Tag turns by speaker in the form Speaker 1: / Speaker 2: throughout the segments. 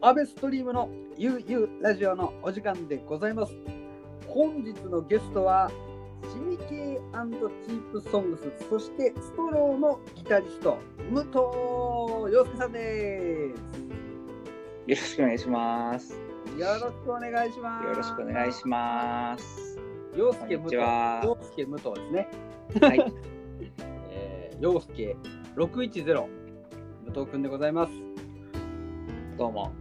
Speaker 1: アベストリームのゆうゆうラジオのお時間でございます。本日のゲストは、シミケイチープソングス、そしてストローのギタリスト、武藤洋介さんです。
Speaker 2: よろしくお願いします。
Speaker 1: よろしくお願いします。
Speaker 2: よろしくお願いします。
Speaker 1: す。洋介
Speaker 2: こ
Speaker 1: 武
Speaker 2: んに
Speaker 1: 藤。
Speaker 2: ちは
Speaker 1: 洋介武藤ですね。
Speaker 2: はい、
Speaker 1: えー、洋介610、武藤くんでございます。
Speaker 2: どうも。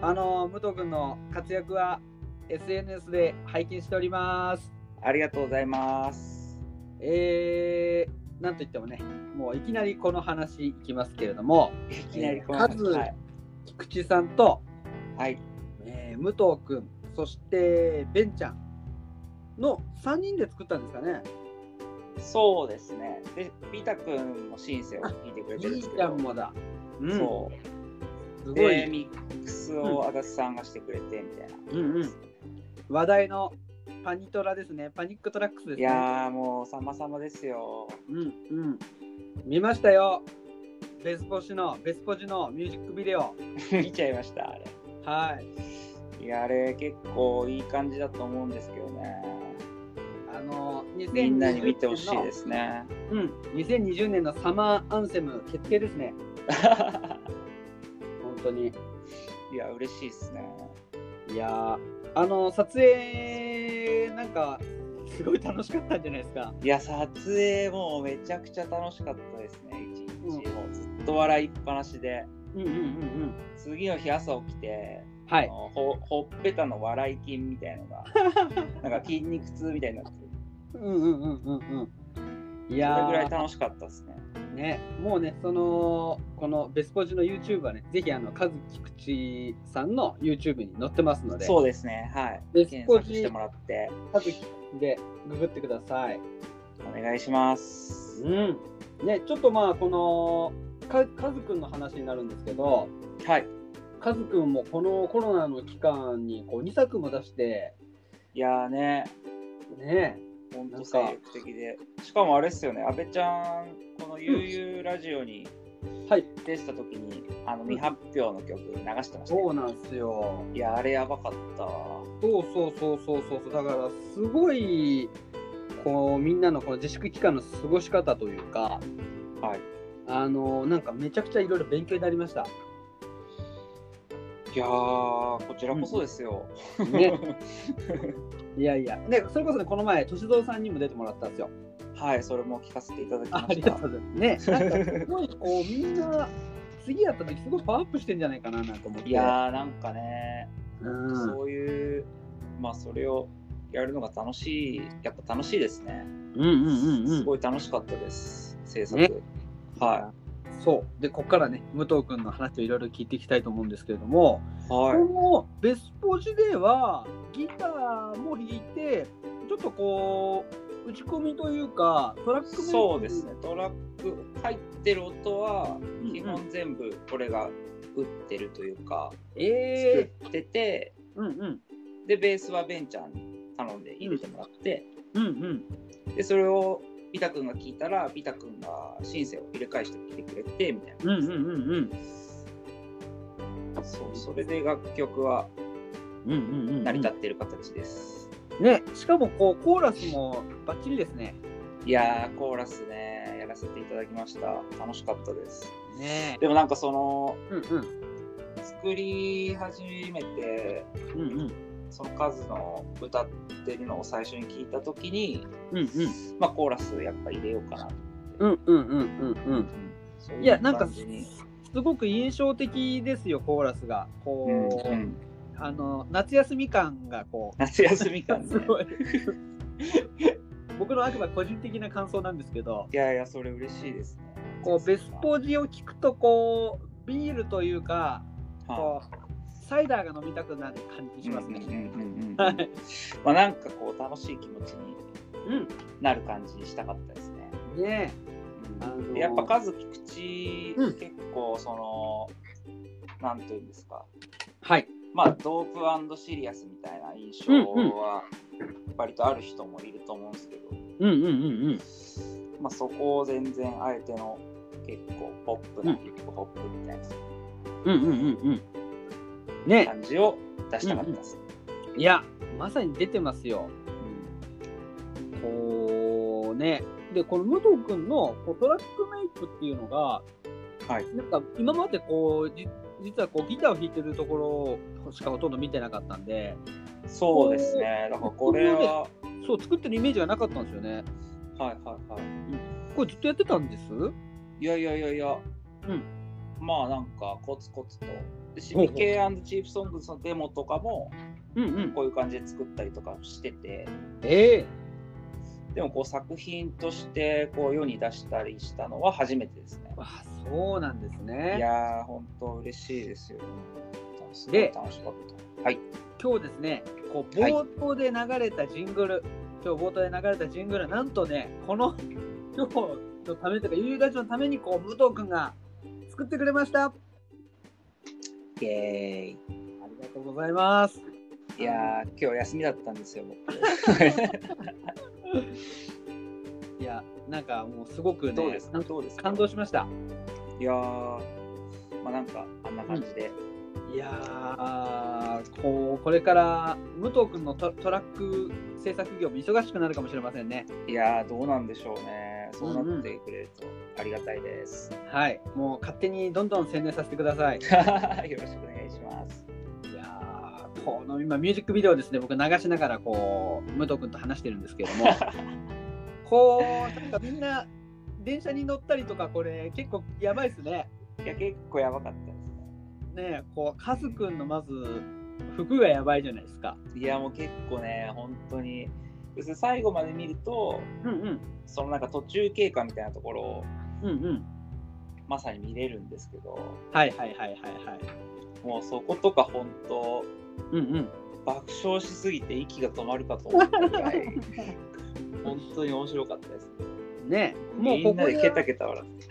Speaker 1: あのー、武藤くんの活躍は SNS で拝見しております。
Speaker 2: ありがとうございます。
Speaker 1: えー、なんといってもね、もういきなりこの話いきますけれども、
Speaker 2: いきなりこの
Speaker 1: 数、
Speaker 2: はい、
Speaker 1: 菊池さんと、
Speaker 2: はい、
Speaker 1: えー、武藤君、そしてベンちゃんの3人で作ったんですかね。
Speaker 2: そうですね。で、ビタ君もシンセを聞いてくれてる
Speaker 1: じ
Speaker 2: んで
Speaker 1: い
Speaker 2: すけ
Speaker 1: ちゃ
Speaker 2: ど
Speaker 1: ん、もだ。うん、
Speaker 2: そ
Speaker 1: す
Speaker 2: う。
Speaker 1: ご
Speaker 2: で、
Speaker 1: い、
Speaker 2: ミックスを足立さんがしてくれてみたいな。
Speaker 1: うんうん。話題のパニトラですね。パニックトラックスですね。
Speaker 2: いやー、もう様々で すよ。
Speaker 1: うんうん。見ましたよ。ベスポジの、ベスポジのミュージックビデオ。
Speaker 2: 見ちゃいました、あれ。
Speaker 1: はい。
Speaker 2: いや、あれ、結構いい感じだと思うんですけどね。
Speaker 1: あのー、。
Speaker 2: みんなに見てほしいですすね。
Speaker 1: うん、2020年のサマーアンセム決定ですね、本当に。
Speaker 2: いや、嬉しいですね。
Speaker 1: いやー、あの、撮影、なんか、すごい楽しかったんじゃないですか。
Speaker 2: いや、撮影もうめちゃくちゃ楽しかったですね、一日。もうずっと笑いっぱなしで、
Speaker 1: うんうんうんうん。
Speaker 2: 次の日朝起きて、
Speaker 1: は
Speaker 2: あ
Speaker 1: い。
Speaker 2: のほほっぺたの笑い筋みたいの が、なんか筋肉痛みたいになってる、
Speaker 1: うんうんうんうんうん。い
Speaker 2: それ
Speaker 1: や
Speaker 2: ぐらい
Speaker 1: ー
Speaker 2: 楽しかったですね。
Speaker 1: ね、もうね、その、このベスポジの YouTube はね、ぜひ、あの、和樹菊池さんの YouTube に載ってますので、
Speaker 2: そうですね、はい。
Speaker 1: で
Speaker 2: 検索してもらって、
Speaker 1: 和樹でググってください。
Speaker 2: お願いします。
Speaker 1: うん。ね、ちょっとまあ、この、か和くんの話になるんですけど、
Speaker 2: はい。
Speaker 1: カズくんもこのコロナの期間にこう2作も出して、
Speaker 2: いやーね、
Speaker 1: ね
Speaker 2: ほんと精力的で。しかもあれっすよね、阿部ちゃん、この悠々ラジオに
Speaker 1: え、はい、
Speaker 2: 出した時に、あの未発表の曲流してましたね。
Speaker 1: そうなんですよ。
Speaker 2: いや、あれやばかったわ。
Speaker 1: そうそうそうそうそうそう、だからすごい、こうみんなのこの自粛期間の過ごし方というか、
Speaker 2: はい。
Speaker 1: あのなんかめちゃくちゃいろいろ勉強になりました。
Speaker 2: いやー、こちらこそですよ。
Speaker 1: ね、いやいや、ね、それこそね、この前、歳三さんにも出てもらったんですよ。
Speaker 2: はい、それも聞かせていただき
Speaker 1: あ
Speaker 2: ま
Speaker 1: あり
Speaker 2: し
Speaker 1: が
Speaker 2: た
Speaker 1: と。うございます。ね、なんかすごい、こうみんな、次やった時すごいパワーアップしてんじゃないかななんて思って。
Speaker 2: いやー、なんかね、
Speaker 1: うん、
Speaker 2: そういう、まあ、それをやるのが楽しい、やっぱ楽しいですね。
Speaker 1: うんうんうんう
Speaker 2: す
Speaker 1: ん。
Speaker 2: ごい楽しかったです、制作。
Speaker 1: ね
Speaker 2: は
Speaker 1: そう。で、ここからね、武藤君の話をいろいろ聞いていきたいと思うんですけれども、
Speaker 2: い。は
Speaker 1: こ
Speaker 2: い。
Speaker 1: のベスポジでは、ギターも弾いて、ちょっとこう、打ち込みというか、トラックも
Speaker 2: そうですね、トラック、入ってる音は、基本全部これが打ってるというか、
Speaker 1: え
Speaker 2: 作ってて、
Speaker 1: ー、うんうん。
Speaker 2: で、ベースはベンちゃんに頼んで入れてもらって、
Speaker 1: うんうん。
Speaker 2: でそれをビタ君が聞いたらビタ君がシンセを入れ替えしてきてくれてみたい
Speaker 1: うんうんうんうん。
Speaker 2: なそうそれで楽曲は
Speaker 1: うんうんうん。
Speaker 2: 成り立ってる形です、
Speaker 1: ね、しかもこう、コーラスもバッチリですね。
Speaker 2: いやーコーラスねやらせていただきました楽しかったです
Speaker 1: ね
Speaker 2: でもなんかその
Speaker 1: うんうん。
Speaker 2: 作り始めて
Speaker 1: うんうん。
Speaker 2: その数の歌ってるのを最初に聞いた時に、
Speaker 1: うんうん。
Speaker 2: まあ、コーラスやっぱ入れようかなと、
Speaker 1: うんうんうんうんうん。
Speaker 2: そう
Speaker 1: い
Speaker 2: い
Speaker 1: や、
Speaker 2: う
Speaker 1: なんか
Speaker 2: 感
Speaker 1: す、
Speaker 2: じに
Speaker 1: すごく印象的ですよ、コーラスが。こう、
Speaker 2: うんうん
Speaker 1: あの夏休み感がこ
Speaker 2: 夏休み
Speaker 1: う
Speaker 2: 感 ね
Speaker 1: すごい僕のあくまで個人的な感想なんですけど
Speaker 2: いやいやそれ嬉しいですね
Speaker 1: こうベスポジを聞くとこうビールというか
Speaker 2: はい
Speaker 1: こうサイダーが飲みたくなる感じします
Speaker 2: うんう
Speaker 1: ね。
Speaker 2: んうんうんう ん
Speaker 1: はい
Speaker 2: まあなんかこう楽しい気持ちに
Speaker 1: うん、
Speaker 2: なる感じにしたかったですね。
Speaker 1: ね
Speaker 2: うん
Speaker 1: あのー
Speaker 2: でやっぱ数菊池、
Speaker 1: うん
Speaker 2: 結構そのなんというんですか
Speaker 1: えはい。
Speaker 2: まあドープシリアスみたいな印象
Speaker 1: うんうん
Speaker 2: は割とある人もいると思うんですけど、
Speaker 1: うんうんうん
Speaker 2: まあ、そこを全然あえての結構ポップなヒップホップみたいな、
Speaker 1: ううんうんうんうん。ね、
Speaker 2: 感じを出したかったです。
Speaker 1: いや、まさに出てますよ。こうね。で、この武藤君のこうトラックメイクっていうのが、
Speaker 2: はい
Speaker 1: なんか今までこう、じ実はこうギターを弾いてるところしかほとんど見てなかったんで、
Speaker 2: そうですね。だからこれは、は
Speaker 1: そう、作ってるイメージがなかったんですよね。
Speaker 2: いはいはい。
Speaker 1: これずっとやってたんです
Speaker 2: いやいやいやいや、
Speaker 1: うん
Speaker 2: まあなんかコツコツと。でシミケチープソングズのデモとかも
Speaker 1: うんうん。
Speaker 2: こういう感じで作ったりとかしてて、
Speaker 1: ええ
Speaker 2: でもこう作品としてこう世に出したりしたのは初めてですね。
Speaker 1: あ、そうなんです
Speaker 2: い
Speaker 1: ね。
Speaker 2: やー、本当嬉しいですよ。すごい
Speaker 1: で
Speaker 2: 楽しかった。はい。
Speaker 1: 今日ですね、こう
Speaker 2: はい
Speaker 1: 冒頭で流れたジングル、今日冒頭で流れたジングル、なんとね、この 今日のためというか、ゆうラジオのためにこう武藤君が作ってくれました。あ
Speaker 2: イエ
Speaker 1: りがとうございます。
Speaker 2: ーイ。いやー、今日休みだったんですよ、僕。
Speaker 1: いや、なんかもうすごくね、
Speaker 2: どうですか
Speaker 1: なんか
Speaker 2: どうですか
Speaker 1: 感動しました。
Speaker 2: いやー、まあなんかあんな感じで。
Speaker 1: いやー、こうこれから武藤君のトトラック制作業も忙しくなるかもしれませんね。
Speaker 2: いやー、どうなんでしょうね。そうなってくれるとありがたいです。
Speaker 1: はい、もう勝手にどんどん宣伝させてください。
Speaker 2: よろしくお願いします。
Speaker 1: いやーこの今ミュージックビデオですね僕流しながらこう武藤君と話してるんですけども こうなんかみんな電車に乗ったりとかこれ結構やばいですね
Speaker 2: いや、結構やばかったです
Speaker 1: ねえこうカズくんのまず服がやばいじゃないですか
Speaker 2: ね。いや、もう結構ね、本当に。別に最後まで見ると、
Speaker 1: うんうん
Speaker 2: そのなんか途中経過みたいなところを
Speaker 1: うんうん
Speaker 2: まさに見れるんですけど、
Speaker 1: はいはいはいはいはい
Speaker 2: もうそことか本当、
Speaker 1: うんうん
Speaker 2: 爆笑しすぎて息が止まるかと思ったぐ らい本当に面白かったです
Speaker 1: ねえも
Speaker 2: もう
Speaker 1: うこ
Speaker 2: みんな
Speaker 1: こ
Speaker 2: でケタ
Speaker 1: で
Speaker 2: ケタ笑って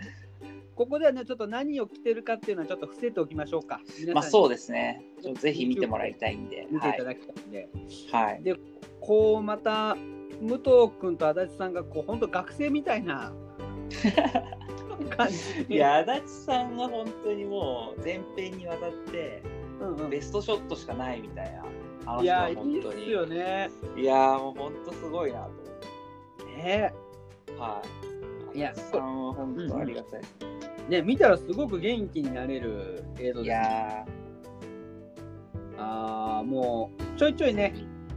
Speaker 1: ここではねちょっと何を着てるかっていうのはちょっと伏せておきましょうか皆さんに
Speaker 2: まあそうですねちょっとぜひ見てもらいたいんで
Speaker 1: 見
Speaker 2: は
Speaker 1: ていた
Speaker 2: い、
Speaker 1: だきたいんで、
Speaker 2: はい、
Speaker 1: こうまた武藤君と足立さんがこう本当学生みたいな感じ
Speaker 2: いや足立さんが本当にもう前編にわたって
Speaker 1: うんうん
Speaker 2: ベストショットしかないみたいなあの
Speaker 1: い
Speaker 2: 人は
Speaker 1: やいい
Speaker 2: 本
Speaker 1: っ
Speaker 2: 当に
Speaker 1: すよね。
Speaker 2: いやもう本当すごいなと思
Speaker 1: ね
Speaker 2: ってはい
Speaker 1: いや
Speaker 2: 足立さんは本当ありがたいです、
Speaker 1: ね見たらすごく元気になれる映像
Speaker 2: い
Speaker 1: です、ね。
Speaker 2: や
Speaker 1: ああもうちょいちょいね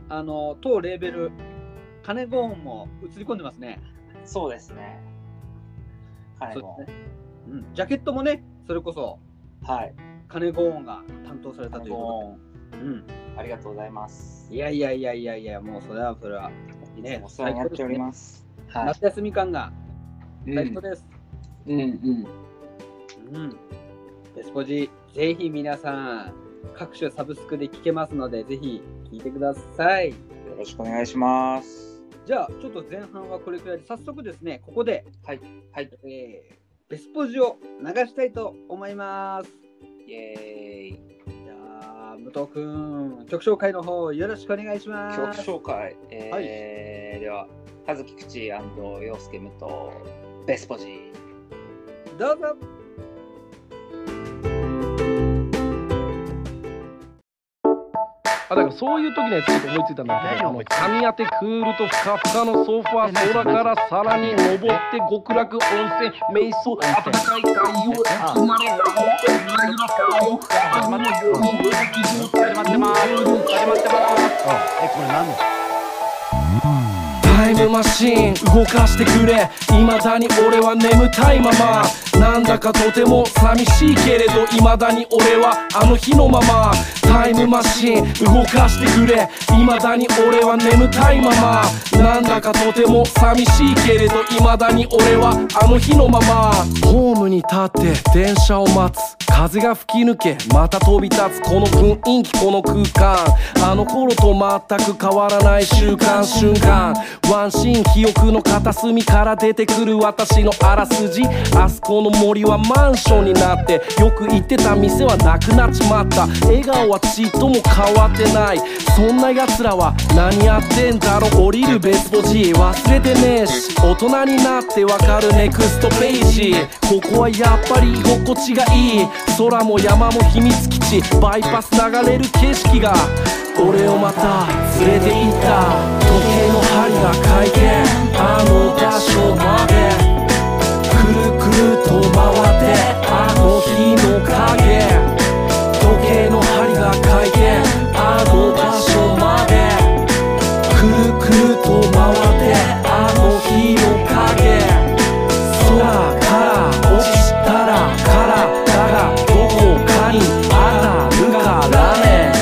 Speaker 1: あの当レーベル金ゴーンも映り込んでますね。
Speaker 2: ーそうですねはい
Speaker 1: そう
Speaker 2: も
Speaker 1: で
Speaker 2: う
Speaker 1: すねうん、ジャケットもねそれこそ
Speaker 2: はい
Speaker 1: 金ゴーンが担当されたというこ
Speaker 2: も
Speaker 1: とで。うん
Speaker 2: うありがとうございます
Speaker 1: いやいやいやいやいやもうそれはそれは、
Speaker 2: いつもお世話になっております。は
Speaker 1: 夏休み感が
Speaker 2: い。
Speaker 1: 最高です。
Speaker 2: うんうん。
Speaker 1: うん。デスポジ、ぜひ皆さん、各種サブスクで聞けますので、ぜひ聞いてください。
Speaker 2: よろしくお願いします。
Speaker 1: じゃあ、ちょっと前半はこれくらいで、早速ですね、ここで、
Speaker 2: はい。
Speaker 1: えーベスポジを流したいと思います。
Speaker 2: イエーイ。
Speaker 1: じゃあ、武藤くん、曲紹介の方、よろしくお願いしま
Speaker 2: 曲
Speaker 1: す。
Speaker 2: 紹介。えー、では、葉月口洋介武藤ベスポジ
Speaker 1: どうぞ。
Speaker 3: あだからそういう時のやつちょっと思いついたんだけどあの神当てクールとふかふかのソファー空からさらに登って極楽温泉瞑想暖かい太陽生まれなほってないな顔始まってます始まってます始まってます
Speaker 4: タイムマシン動かしてくれ未だに俺は眠たいままなんだかとても寂しいけれど未だに俺はあの日のままタイムマシン動かしてくれ未だに俺は眠たいままなんだかとても寂しいけれど未だに俺はあの日のままホームに立って電車を待つ風が吹き抜けまた飛び立つこの雰囲気この空間あの頃と全く変わらない瞬間瞬間ワンシーン記憶の片隅から出てくる私のあらすじあそこの後森はマンションになってよく行ってた店はなくなっちまった笑顔はちっとも変わってないそんな奴らは何やってんだろう降りるベスポジ忘れてねえし大人になってわかるネクストページここはやっぱり居心地がいい空も山も秘密基地バイパス流れる景色が俺をまた連れて行った時計の針が回転あの場所までくるくると回ってあの日の影時計の針が回転あの場所までくるくると回ってあの日の影空から落ちたら体がどこかに当たるからね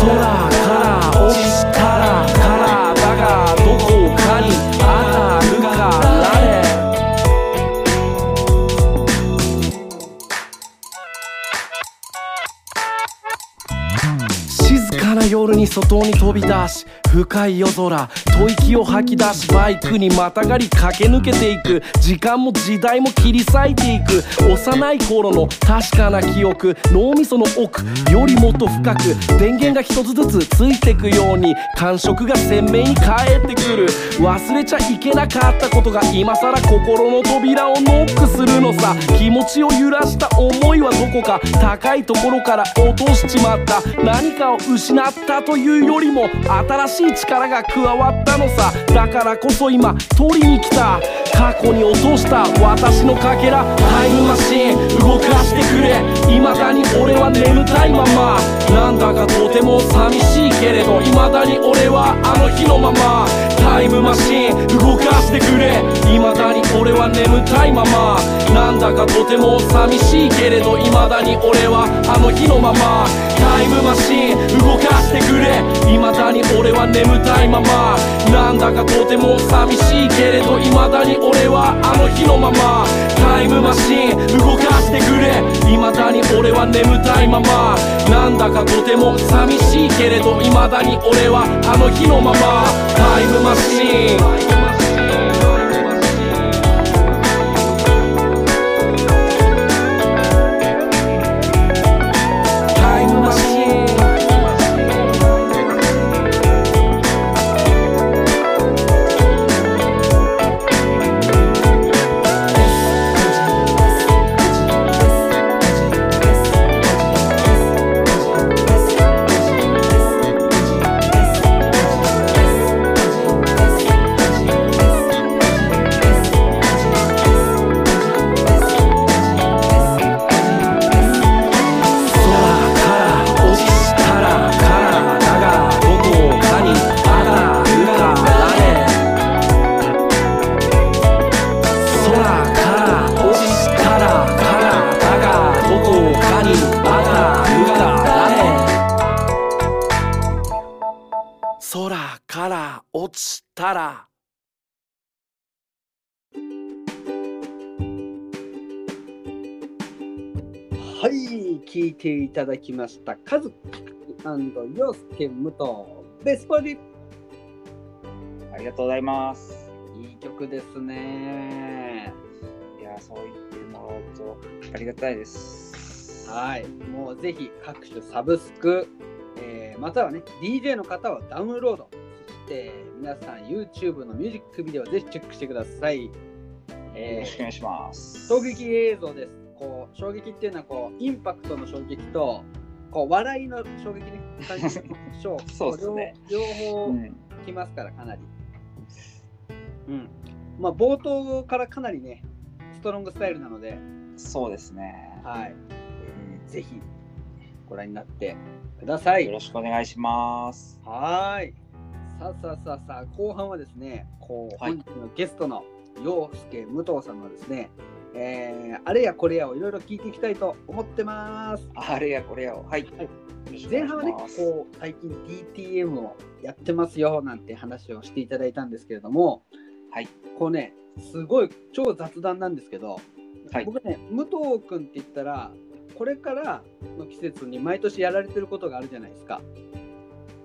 Speaker 4: 空から落ちたら体がどこかに当たるからね静かな夜に外に飛び出し深い夜空吐息を吐き出しバイクにまたがり駆け抜けていく時間も時代も切り裂いていく幼い頃の確かな記憶脳みその奥よりもっと深く電源が一つずつついてくように感触が鮮明に返ってくる忘れちゃいけなかったことが今更心の扉をノックするのさ気持ちを揺らした思いはどこか高いところから落としちまった何かを失ったというよりも新しい力が加わったのさだからこそ今取りに来た過去に落とした私のかけらタイムマシン動かしてくれ未だに俺は眠たいままなんだかとても寂しいけれど未だに俺はあの日のままタイムマシン動かしてくれ未だに俺は眠たいままなんだかとても寂しいけれど未だに俺はあの日のままタイムマシン動かしてくれ未だに俺は眠たいままなんだかとても寂しいけれど未だに俺はあの日のままタイムマシン動かしてくれ未だに俺は眠たいままなんだかとても寂しいけれど未だに俺はあの日のままタイムマシンタイムマシン空から落ちたら体がどこかに当たるからね空から落ちたら体がどこかに当たるからね空から落ちたら
Speaker 1: はい、聞いていただきました。カズヨスケ武藤ベスポジ。
Speaker 2: ありがとうございます。
Speaker 1: いい曲ですね。
Speaker 2: いやー、そう言ってもらうとありがたいです。
Speaker 1: はい、もうぜひ各種サブスク、えーまたはね、DJ の方はダウンロード、そして皆さん YouTube のミュージックビデオぜひチェックしてください。
Speaker 2: よろ
Speaker 1: え
Speaker 2: し
Speaker 1: ー
Speaker 2: くお 願いします。
Speaker 1: 衝撃映像です。こう衝撃っていうのはこうインパクトの衝撃とこう笑いの衝撃に感じる
Speaker 2: そうっすね
Speaker 1: 両方両方
Speaker 2: うん、
Speaker 1: きますからかなり。うん。まあ冒頭からかなりねストロングスタイルなので、
Speaker 2: そうですね。
Speaker 1: はい。えーぜひご覧になってください
Speaker 2: よ。ろしくお願いします。
Speaker 1: はーい。さあさあさあさあ、後半はですね、こう、
Speaker 2: はい
Speaker 1: 本日のゲストの洋介武藤さんのですね、えーあれやこれやをいろいろ聞いていきたいと思ってます。
Speaker 2: あれやこれやを。は
Speaker 1: は
Speaker 2: い。
Speaker 1: い
Speaker 2: よろしくお
Speaker 1: 前
Speaker 2: 願いし
Speaker 1: 半はね、
Speaker 2: ます
Speaker 1: こう、最近 DTM をやってますよなんて話をしていただいたんですけれども、
Speaker 2: はい。
Speaker 1: こうね、すごい超雑談なんですけど、
Speaker 2: はい。
Speaker 1: 僕ね、武藤君って言ったら、これからの季節に毎年やられてることがあるじゃないですか。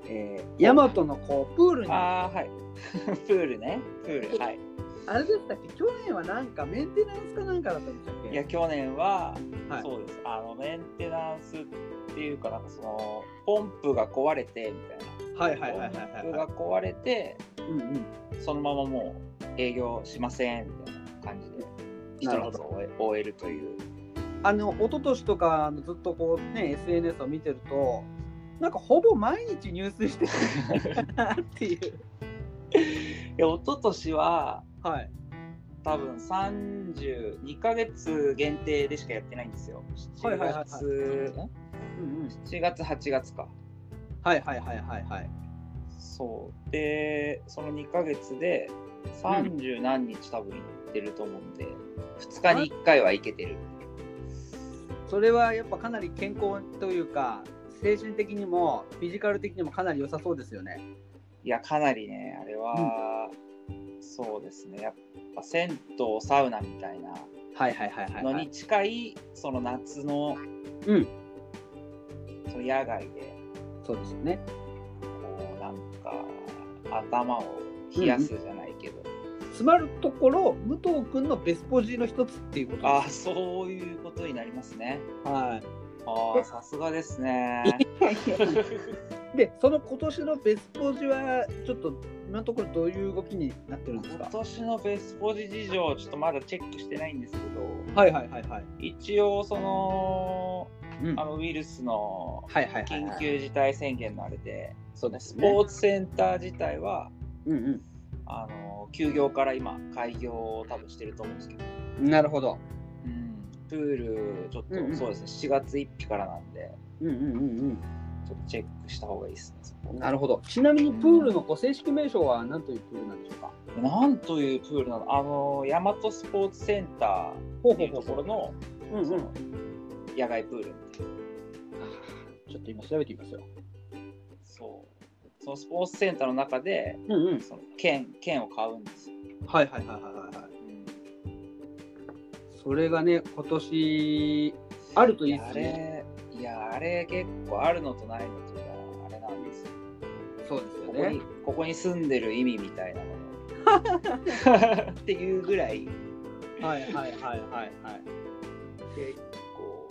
Speaker 1: えー、ヤマトのこうプールに
Speaker 2: ああ、はい。プールね。プール。はい。
Speaker 1: あれでしたっけ去年はなんかメンテナンスかなんかだったんでしたっけ
Speaker 2: いや去年は、
Speaker 1: はい
Speaker 2: そうですあのメンテナンスっていうかなんかそのポンプが壊れてみたい
Speaker 1: はいは
Speaker 2: な
Speaker 1: は
Speaker 2: い
Speaker 1: いはいはい
Speaker 2: ポンプ
Speaker 1: は
Speaker 2: が
Speaker 1: い。
Speaker 2: 壊れて
Speaker 1: うんうん。
Speaker 2: そのままもう営業しませんみたいな感じで一
Speaker 1: なるほ
Speaker 2: 夏
Speaker 1: ど
Speaker 2: を終え終えるという
Speaker 1: あの一昨年とかずっとこうね SNS を見てるとなんかほぼ毎日入水 してるなっていう
Speaker 2: いや一昨年は
Speaker 1: はい
Speaker 2: 多分32ヶ月限定でしかやってないんですよ
Speaker 1: はいはい
Speaker 2: 7
Speaker 1: はいはい
Speaker 2: 月
Speaker 1: うんうん
Speaker 2: 7月8月か
Speaker 1: はいはいはいはいはい
Speaker 2: そうでその2ヶ月で30何日多分行ってると思うんで、2日に1回は行けてる
Speaker 1: それはやっぱかなり健康というか精神的にもフィジカル的にもかなり良さそうですよね
Speaker 2: いやかなりねあれは、そうですねやっぱ銭湯サウナみたいな
Speaker 1: はいはいはいはい、
Speaker 2: の
Speaker 1: は
Speaker 2: に
Speaker 1: い、
Speaker 2: 近いその夏の
Speaker 1: うん
Speaker 2: その野外で
Speaker 1: そうですよね
Speaker 2: こうなんか頭を冷やすじゃないけど、
Speaker 1: 詰まるところ武藤君のベスポジの一つっていうこと
Speaker 2: ああ
Speaker 1: で
Speaker 2: そういうことになりますね
Speaker 1: すは
Speaker 2: ああさすがですね
Speaker 1: いでその今年のベスポジはちょっと今のところどういう動きになってるんです
Speaker 2: 今
Speaker 1: か
Speaker 2: 年のベスポジ事情ちょっとまだチェックしてないんですけど
Speaker 1: はいはいはいはい、
Speaker 2: 一応その
Speaker 1: うん
Speaker 2: あのウイルスの
Speaker 1: はいはいはい、
Speaker 2: 緊急事態宣言のあれで
Speaker 1: そうで
Speaker 2: ス
Speaker 1: す
Speaker 2: ポ
Speaker 1: ね。
Speaker 2: ーツセンター自体は
Speaker 1: うん
Speaker 2: あの休業から今開業を多分してると思うんですけど、
Speaker 1: うん。なるほど。
Speaker 2: プールちょっと、
Speaker 1: うんうん
Speaker 2: そうですね7月1日からなんで
Speaker 1: うんうんうん
Speaker 2: ちょっとチェックした方がいいですねそこ
Speaker 1: うん。なるほど。ちなみにプールのご正式名称は何というプールなんでしょうか。
Speaker 2: なんというプールなのあの大和スポーツセンター
Speaker 1: ほ
Speaker 2: っていうところの
Speaker 1: う。うん
Speaker 2: そ
Speaker 1: うん
Speaker 2: の。野外プールみたいな
Speaker 1: ちょっと今調べてみますよ。
Speaker 2: そうそのスポーツセンターの中で
Speaker 1: うんうん。
Speaker 2: その券券を買うんですよ、
Speaker 1: はいはいはいはいはいはい。それがね今年あるといい
Speaker 2: や
Speaker 1: で
Speaker 2: あ
Speaker 1: すね。
Speaker 2: れいやあれ結構あるのとないのとがあれなんですよ
Speaker 1: そうですよ
Speaker 2: ここ
Speaker 1: ね
Speaker 2: に。ここに住んでる意味みたい なものっていうぐらい
Speaker 1: はいはいはいはいはい。
Speaker 2: 結構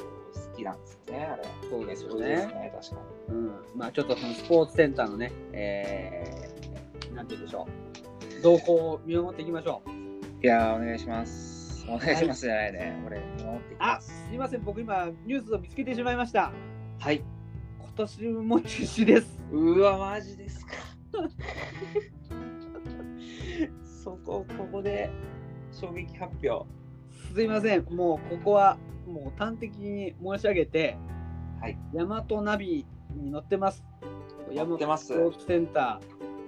Speaker 2: 好きなんですねあれ
Speaker 1: そうですよね
Speaker 2: そうですね確かに
Speaker 1: うん。まあちょっとそのスポーツセンターのね、えー、なんて言うんでしょう。動向を見守っていきましょう。
Speaker 2: いやーお願いしますお願いしますじゃないね俺戻ってき
Speaker 1: あ、
Speaker 2: ますす
Speaker 1: いません僕今ニュースを見つけてしまいました。
Speaker 2: はい
Speaker 1: 今年も中止です。
Speaker 2: うわマジですか そこここで衝撃発表は
Speaker 1: すいません、もうここはもう端的に申し上げて、
Speaker 2: い
Speaker 1: ヤマトナビに乗ってます。
Speaker 2: やってます
Speaker 1: ヤマトスポーツセンタ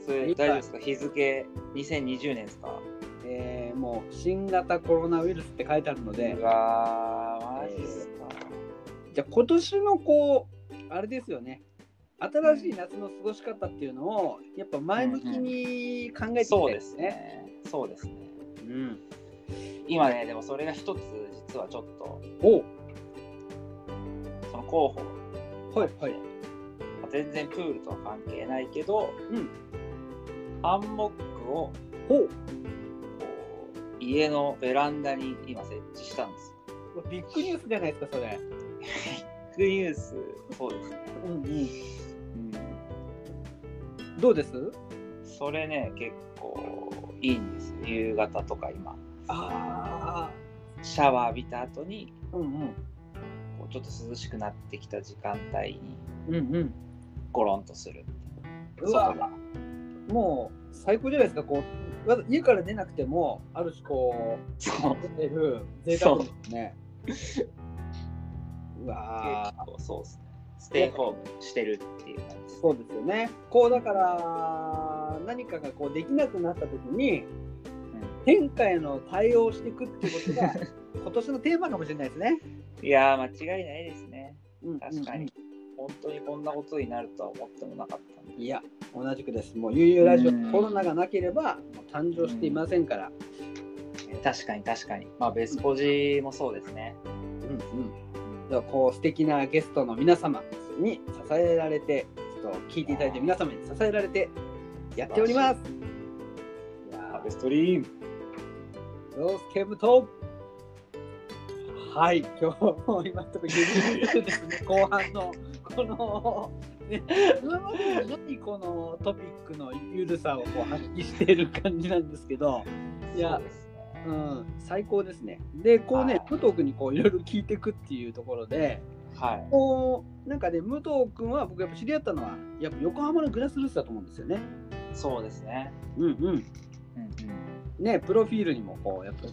Speaker 2: それ大丈夫ですか日付2020年ですか
Speaker 1: ー、えーもう新型コロナウイルスって書いてあるので
Speaker 2: う、わーマジですか、
Speaker 1: じゃあ今年のこう、あれですよね、新しい夏の過ごし方っていうのを、やっぱ前向きに考えていき
Speaker 2: そ
Speaker 1: た
Speaker 2: う
Speaker 1: い
Speaker 2: で
Speaker 1: ですすね。
Speaker 2: ねそうですね
Speaker 1: うん
Speaker 2: 今ねでもそれが一つ実はちょっと
Speaker 1: お
Speaker 2: その候補
Speaker 1: はいはい。
Speaker 2: まあ全然プールとは関係ないけど、
Speaker 1: うん
Speaker 2: ハンモックを
Speaker 1: お
Speaker 2: こう家のベランダに今設置したんですよ
Speaker 1: ビッグニュースじゃないですか、それ。
Speaker 2: ビッグニュースそうですね、
Speaker 1: うん
Speaker 2: うん、
Speaker 1: どうです
Speaker 2: それね結構いいんですよ夕方とか今
Speaker 1: ああ。
Speaker 2: シャワー浴びた後に
Speaker 1: うんうん。
Speaker 2: こうちょっと涼しくなってきた時間帯に
Speaker 1: うんうん。
Speaker 2: ゴロンとする
Speaker 1: うわ
Speaker 2: 外が
Speaker 1: もう最高じゃないですか、こうわざ家から出なくても、ある種こ
Speaker 2: そう
Speaker 1: う、出てる贅沢ですね。うわ
Speaker 2: 結構そうですねステイホームしてるっていう感じです
Speaker 1: ーそうですよね。こうだから、何かがこうできなくなった時に、変化への対応をしていくっていう ことが、今年のテーマかもしれないですね。
Speaker 2: いやー間違いないですね
Speaker 1: うん
Speaker 2: 確かに。本当にこんなことになるとは思ってもなかったんで
Speaker 1: いや、同じくです。もう、悠々ラジオ、
Speaker 2: うん
Speaker 1: コロナがなければ、もう誕生していませんから。
Speaker 2: 確かに確かにまあベスポジもそうですね
Speaker 1: うんうんではこう素敵なゲストの皆様に支えられてちょっと聞いていただいて皆様に支えられてやっておりますいや
Speaker 2: ベストリーム
Speaker 1: ー洋介武とはい今日も今のところ指ですね後半のこのね今までの何このトピックのゆるさをこう発揮している感じなんですけどいや
Speaker 2: そうですね
Speaker 1: うん最高ですねでこう
Speaker 2: は
Speaker 1: ね
Speaker 2: い
Speaker 1: 武藤君にこういろいろ聞いていくっていうところで
Speaker 2: はい。
Speaker 1: こうなんかね武藤君は僕やっぱ知り合ったのはやっぱ横浜のグラスルースだと思うんですよね
Speaker 2: そうですね。
Speaker 1: うんうん
Speaker 2: うんうん。
Speaker 1: ねプロフィールにもこうやっぱ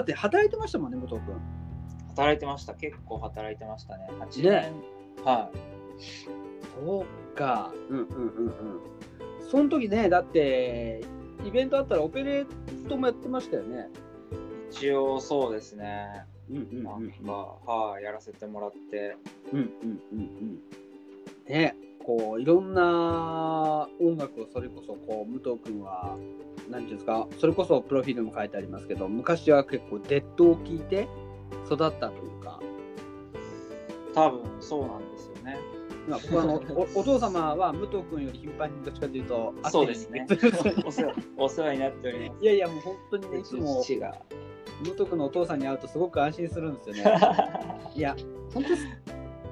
Speaker 1: だって働いてましたもんね武藤君
Speaker 2: 働いてました。結構働いてましたね。8
Speaker 1: ね
Speaker 2: 年。はい。
Speaker 1: そうか。うんうんうんうん。その時ね、だって、イベントあったらオペレートもやってましたよね。
Speaker 2: 一応そうですね。
Speaker 1: うんうん
Speaker 2: なんか、はい、やらせてもらって。
Speaker 1: うんうんうんうん。ね、こう、いろんな音楽をそれこそ、こう、武藤君は、なんていうんですか、それこそプロフィールにも書いてありますけど、昔は結構デッドを聞いて育ったというか、
Speaker 2: 多分そうなんですよね。
Speaker 1: まあ、僕は あのおお父様は武藤君より頻繁にどっちかというと、会ってる
Speaker 2: そうですね。お世話お世話になっておりま す。
Speaker 1: いやいや、もう本当にね、いつも
Speaker 2: 父が。。
Speaker 1: 武藤君のお父さんに会うとすごく安心するんですよね いや、本当す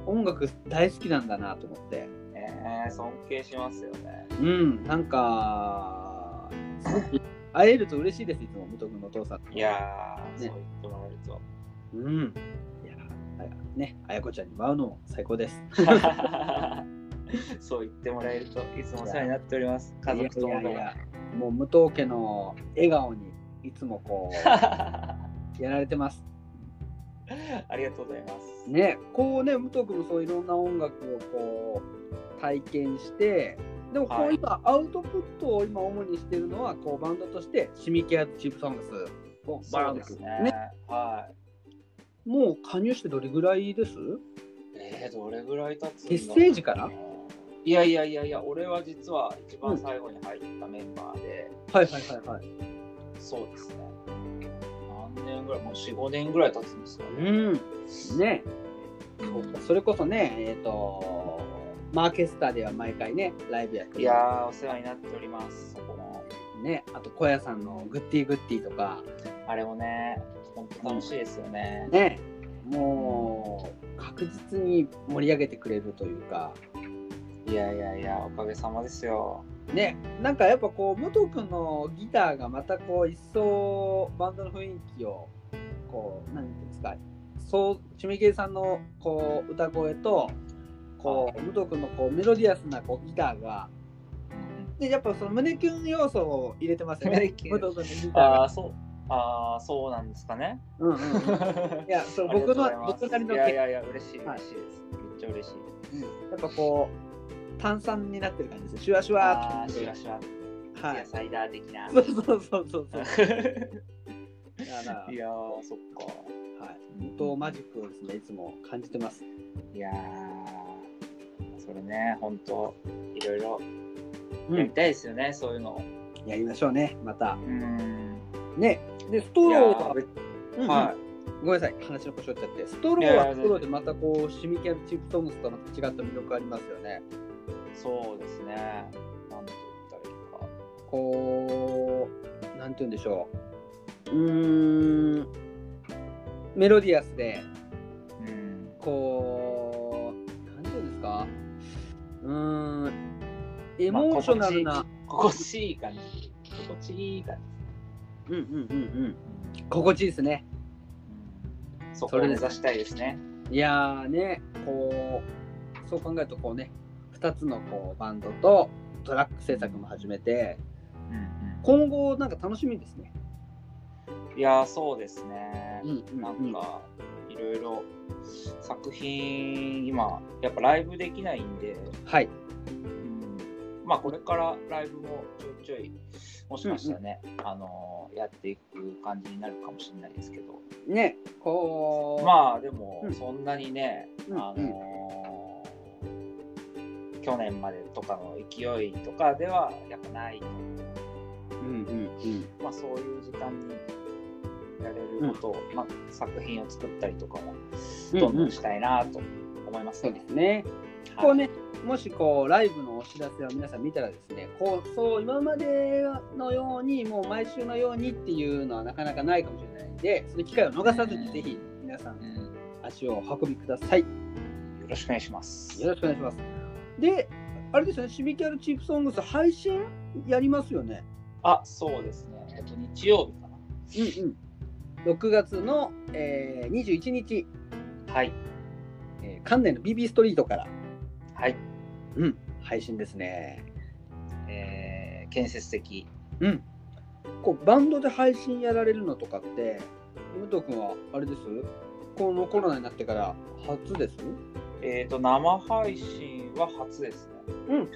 Speaker 1: 音楽大好きなんだなと思って。
Speaker 2: えー、尊敬しますよね。
Speaker 1: うん、なんか、すごく会えると嬉しいです、いつも武藤君のお父さん。
Speaker 2: いやー、
Speaker 1: ね
Speaker 2: そう言ってもらえると。
Speaker 1: うん。いや、あやね、あやこちゃんにも会うのも最高です。
Speaker 2: そう言ってもらえるといつもお世話になっております。家族とも
Speaker 1: いやい
Speaker 2: ど
Speaker 1: やい
Speaker 2: も。
Speaker 1: や、もう武藤家の笑顔にいつもこ う、やられてます。
Speaker 2: ありがとうございます。
Speaker 1: ねこうね武藤君もそういろんな音楽をこう体験してでもこう、
Speaker 2: はい
Speaker 1: 今アウトプットを今主にしてるのはこうバンドとしてシミケアチープソングスをバ
Speaker 2: そう
Speaker 1: ン
Speaker 2: で
Speaker 1: ド
Speaker 2: す
Speaker 1: す
Speaker 2: ね。
Speaker 1: ね
Speaker 2: はい。
Speaker 1: もう加入してどれぐらいです
Speaker 2: えー、どれぐらい経つんだろう
Speaker 1: 結成時から
Speaker 2: いやいやいやいや、俺は実は一番最後に入ったメンバーで、
Speaker 1: はいはいはいはい
Speaker 2: そうですね。何年ぐらい、もう4、5年ぐらい経つんですかね。
Speaker 1: うんねそうかそれこそねえっ、とマーケスタでは毎回ねライブやってる
Speaker 2: いやー、お世話になっております。そこも。
Speaker 1: ねあと小屋さんのグッティグッティとか
Speaker 2: あれもね、本当楽しいですよね。
Speaker 1: ねもう確実に盛り上げてくれるというか
Speaker 2: いやいやいや、おかげさまですよ。
Speaker 1: ねなんかやっぱこう武藤君のギターがまたこう一層バンドの雰囲気をこう何ていうんですかそうちみけいさんのこう歌声とこう武藤君のこうメロディアスなこうギターがでやっぱその胸キュン要素を入れてますよ
Speaker 2: 胸
Speaker 1: ね
Speaker 2: キュ
Speaker 1: 武
Speaker 2: ン
Speaker 1: 藤君のギター
Speaker 2: あ
Speaker 1: が
Speaker 2: あ、。そう。ああ、そうなんですかね。
Speaker 1: うんうんうんいやそう
Speaker 2: ありがと
Speaker 1: 僕の
Speaker 2: うございます
Speaker 1: 僕なりの
Speaker 2: い
Speaker 1: 結
Speaker 2: や
Speaker 1: 果
Speaker 2: いやいや、嬉しい、
Speaker 1: はい
Speaker 2: 嬉しいです。めっちゃ嬉しい。
Speaker 1: やっぱこう炭酸になってる感じですシュワシュ
Speaker 2: あ
Speaker 1: ワー
Speaker 2: あー、
Speaker 1: っ
Speaker 2: シ
Speaker 1: て
Speaker 2: ュワシュワ。
Speaker 1: は
Speaker 2: 野
Speaker 1: い
Speaker 2: 菜だ、的な。
Speaker 1: そうそうそうそうそうだから
Speaker 2: いやー、そっか。
Speaker 1: はい、本当マジックをですねいつも感じてます。
Speaker 2: いやー、それね、本当いろいろやり、たいですよね、そういうのを。
Speaker 1: やりましょうね、また。
Speaker 2: うん。
Speaker 1: ね、でスト
Speaker 2: いや
Speaker 1: ロー
Speaker 2: ー、
Speaker 1: は、
Speaker 2: 別
Speaker 1: うんうん
Speaker 2: は
Speaker 1: ごめんなさい、話の腰折っちゃって、ストロ
Speaker 2: い
Speaker 1: ー
Speaker 2: やい
Speaker 1: は
Speaker 2: や
Speaker 1: ストローでまたこう、シミキャンチップソングスとまた違った魅力ありますよね。
Speaker 2: い、そうですね。なんて言ったらいいか。
Speaker 1: こう、なんて言うんでしょう。うーん、メロディアスで、
Speaker 2: うん。
Speaker 1: こう、なんて言うんですか。うーん、エモーショナルな、
Speaker 2: 心地いい感じ。心地いい感
Speaker 1: うんうんうん
Speaker 2: じ。
Speaker 1: うん、心地いいですね。
Speaker 2: うん、そこを目指したいですね。
Speaker 1: いやーね、こう、そう考えると、こうね、2つのこうバンドとトラック制作も始めて、
Speaker 2: うん
Speaker 1: 今後、なんか楽しみですね。
Speaker 2: うん、いやー、そうですね。
Speaker 1: んう
Speaker 2: なんか、いろいろ作品、今、やっぱライブできないんで、
Speaker 1: はい。
Speaker 2: うんまあこれからライブもちょいちょいもしかしたらね、あのーやっていく感じになるかもしれないですけど
Speaker 1: ね、こう、
Speaker 2: まあでも
Speaker 1: うん
Speaker 2: そんなにね、
Speaker 1: うん
Speaker 2: あのー去年までとかの勢いとかではやっぱない、
Speaker 1: うんうん
Speaker 2: まあ、そういう時間にやれることを、まあ、作品を作ったりとかも
Speaker 1: うん。
Speaker 2: どんど
Speaker 1: うん
Speaker 2: んしたいなと思います
Speaker 1: そう
Speaker 2: ね。
Speaker 1: ですね。
Speaker 2: はい
Speaker 1: こうね、もしこうライブのお知らせを皆さん見たらですねこうそう今までのようにもう毎週のようにっていうのはなかなかないかもしれないんでその機会を逃さずにぜひ皆さん
Speaker 2: うんよ
Speaker 1: 足をお運びください
Speaker 2: ろしくお願いします。
Speaker 1: よろしくお願いしますであれですよねシビキャルチープソングス配信やりますよね
Speaker 2: あ、そうですね。えっと、日曜日かな。
Speaker 1: うんうん6月の、えー、21日、
Speaker 2: はい。
Speaker 1: えー、関内の BB ストリートから、
Speaker 2: はい。
Speaker 1: うん、配信ですね
Speaker 2: えー、建設的。
Speaker 1: うん。こうバンドで配信やられるのとかって、武藤君はあれですこのコロナになってから初です
Speaker 2: えっ、と、生配信は初ですね。
Speaker 1: うん。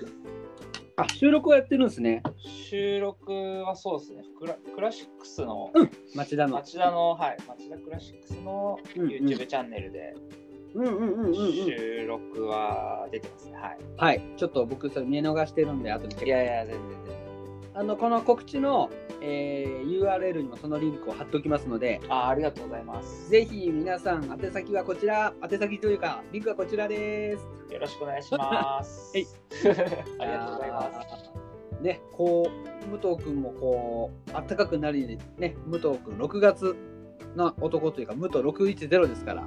Speaker 1: あ、収録をやってるんですね。
Speaker 2: 収録はそうですね。クラクラシックスの、
Speaker 1: うん町田の。
Speaker 2: 町田の、はい、町田クラシックスの
Speaker 1: うんうん
Speaker 2: YouTube チャンネルで
Speaker 1: うんうんうんうんうん。
Speaker 2: 収録は出てますね。はい。
Speaker 1: はい。ちょっと僕、それ見逃してるんで、後でチェック
Speaker 2: いやいや、全然全然。
Speaker 1: あの、この告知の、えー URL にもそのリンクを貼っておきますので、
Speaker 2: あ、ありがとうございます。
Speaker 1: ぜひ皆さん、宛先はこちら、宛先というか、リンクはこちらです。
Speaker 2: よろしくお願いします。
Speaker 1: はい。
Speaker 2: ありがとうございます。
Speaker 1: す。ね、こう、武藤君もこう、暖かくなりにね、武藤君6月の男というか、武藤610ですから、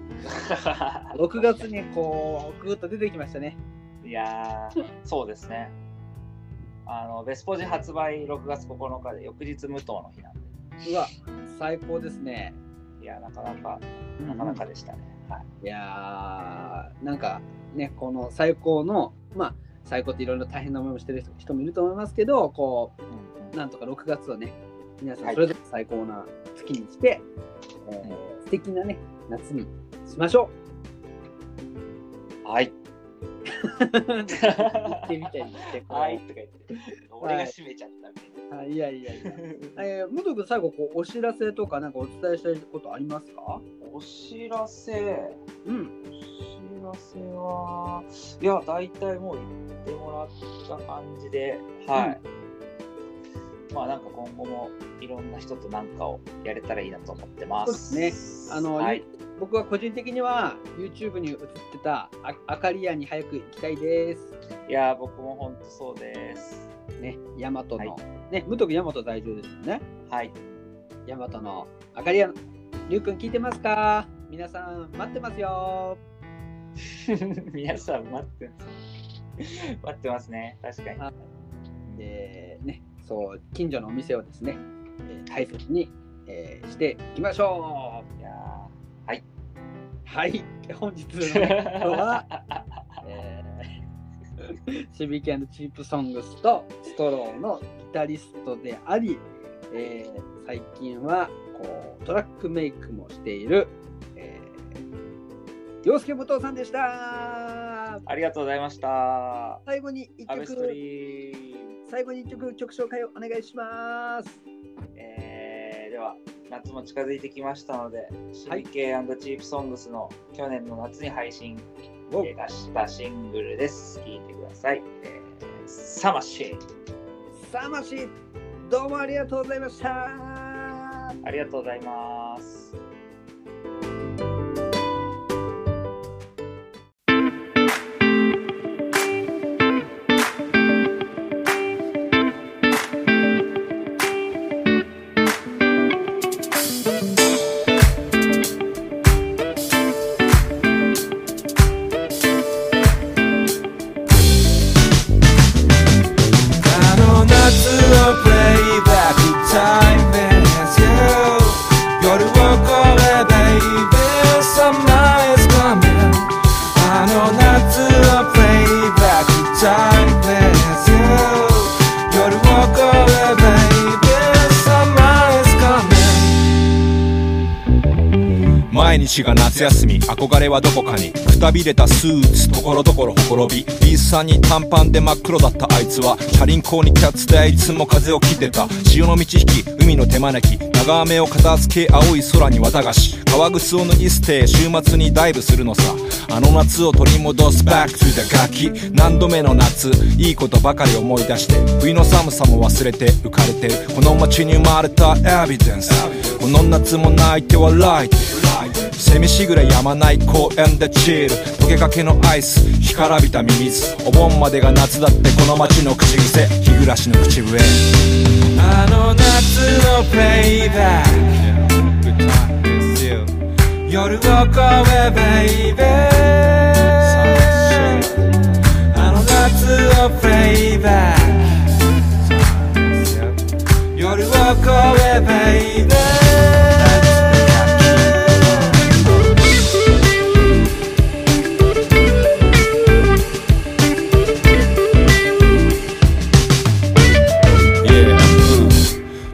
Speaker 1: 6月にこう、ぐっと出てきましたね。
Speaker 2: いやー、そうですね。あの、ベスポジ発売6月9日で、翌日無糖の日なんで。
Speaker 1: うわ、最高ですね。
Speaker 2: いやー、なかなか、なかなかでしたね。はい。
Speaker 1: いやー、なんかね、この最高の、まあ、最高っていろいろ大変な思いもしてる人人もいると思いますけど、こう、なんとか6月をね、皆さんそれぞれ最高な月にして、えー素敵なね、夏にしましょ
Speaker 2: はい。
Speaker 1: う って
Speaker 2: は
Speaker 1: みたいにして、こう
Speaker 2: い。とか言って、俺が閉めちゃったみた いな。
Speaker 1: あいやいやいや。えー、武藤君、最後こう、お知らせとか、なんかお伝えしたいことありますか
Speaker 2: お知らせ、
Speaker 1: うん。
Speaker 2: お知らせは、いや、大体もう言ってもらった感じで、はい。まあなんか今後もいろんな人となんかをやれたらいいなと思ってます。
Speaker 1: そうですねあの
Speaker 2: はい、
Speaker 1: 僕は個人的には、YouTube に映ってたあ、あかりやに早く行きたいです。
Speaker 2: いやー、僕も本当そうです。
Speaker 1: ね、大和の、
Speaker 2: はい
Speaker 1: ね、武藤君、大和在住ですよね。
Speaker 2: はい。
Speaker 1: 大和のあかりや、りゅうくん聞いてますか皆さん、待ってますよ。
Speaker 2: 皆さん待ってます。待ってますね。確かに。
Speaker 1: はいでね、そう近所のお店をですね、えー大切に、えーしていきましょ
Speaker 2: いや
Speaker 1: う。はい、本日のゲス
Speaker 2: ー
Speaker 1: トは、えー、シビキチープソングスとストローのギタリストであり、えー最近はこうトラックメイクもしている、えー、洋介武藤さんでした。
Speaker 2: ありがとうございました。
Speaker 1: 最後に一
Speaker 2: アベスト
Speaker 1: 曲、
Speaker 2: リー
Speaker 1: 最後に一曲曲紹介をお願いします。
Speaker 2: えーでは、夏も近づいてきましたので、CK& チープソングスの去年の夏に配信
Speaker 1: お
Speaker 2: 出したシングルです。聴いてください。えー、サマシー。
Speaker 1: さましどうもありがとうございました
Speaker 2: ありがとうございます。
Speaker 4: あの夏のプレイバックタイム is you 夜を越え baby summer is coming あの夏のプレイバックタイム is you 夜を越え baby summer is coming
Speaker 5: 毎日が夏休み憧れはどこかにくたびれたスーツところどころほころび B さんに短パンで真っ黒だったあいつはチャリンコにキャッツでいつも風を切ってた潮の満ち引き海の手招き長雨を片付け青い空に綿菓子革靴を脱ぎ捨て週末にダイブするのさあの夏を取り戻す Back to the ガキ何度目の夏いいことばかり思い出して冬の寒さも忘れて浮かれてるこの街に生まれたエビデンスこの夏も泣いて笑いてるセミしぐれやまない公園でチール溶けかけのアイス干からびたミミズお盆までが夏だってこの街の口癖日暮らしの口笛あの夏のベイバー夜を越えベイベーあの夏をベイバー夜を越えベイベー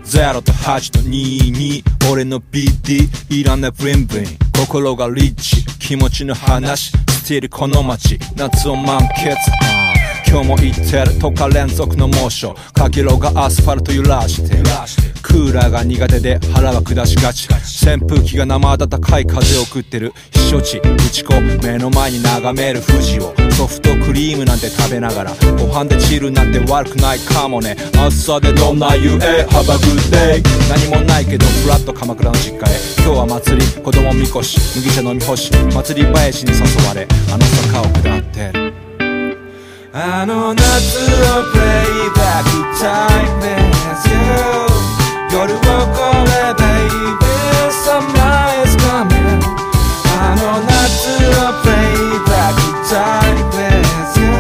Speaker 5: 0と8と22俺の BD いらないブリンブリン心がリッチ気持ちの話スティールこの街夏を満喫あー今日も行ってる10日連続の猛暑かけろがアスファルト揺らしてクーラーが苦手で腹は下しがち扇風機が生温かい風を送ってる避暑地打ち子目の前に眺める富士をソフトクリームなんて食べながらご飯でチルなんて悪くないかもね朝でどんな夢 Have a good day 何もないけどフラッと鎌倉の実家へ今日は祭り子供みこし麦茶飲み干し祭り林に誘われあの坂を下ってるあの夏のプレイバックタイム is you 夜を越え baby summer is coming あの夏のプレイバックタイム is you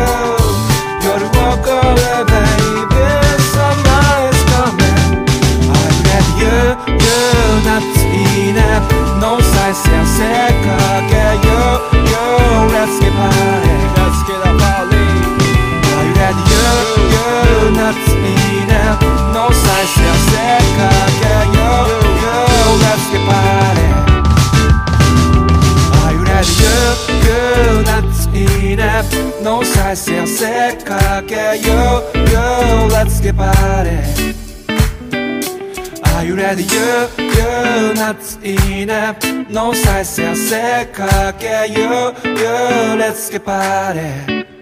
Speaker 5: 夜を越え baby summer is coming I let you you 夏いいねの再生世界け you you let's get party let's get a party 揺れる夜夏にねの再生世界よ Let's get party 揺れる夜夏にねの再生世界よ Let's get party 揺れる夜夏にねの再生世界よ Let's get party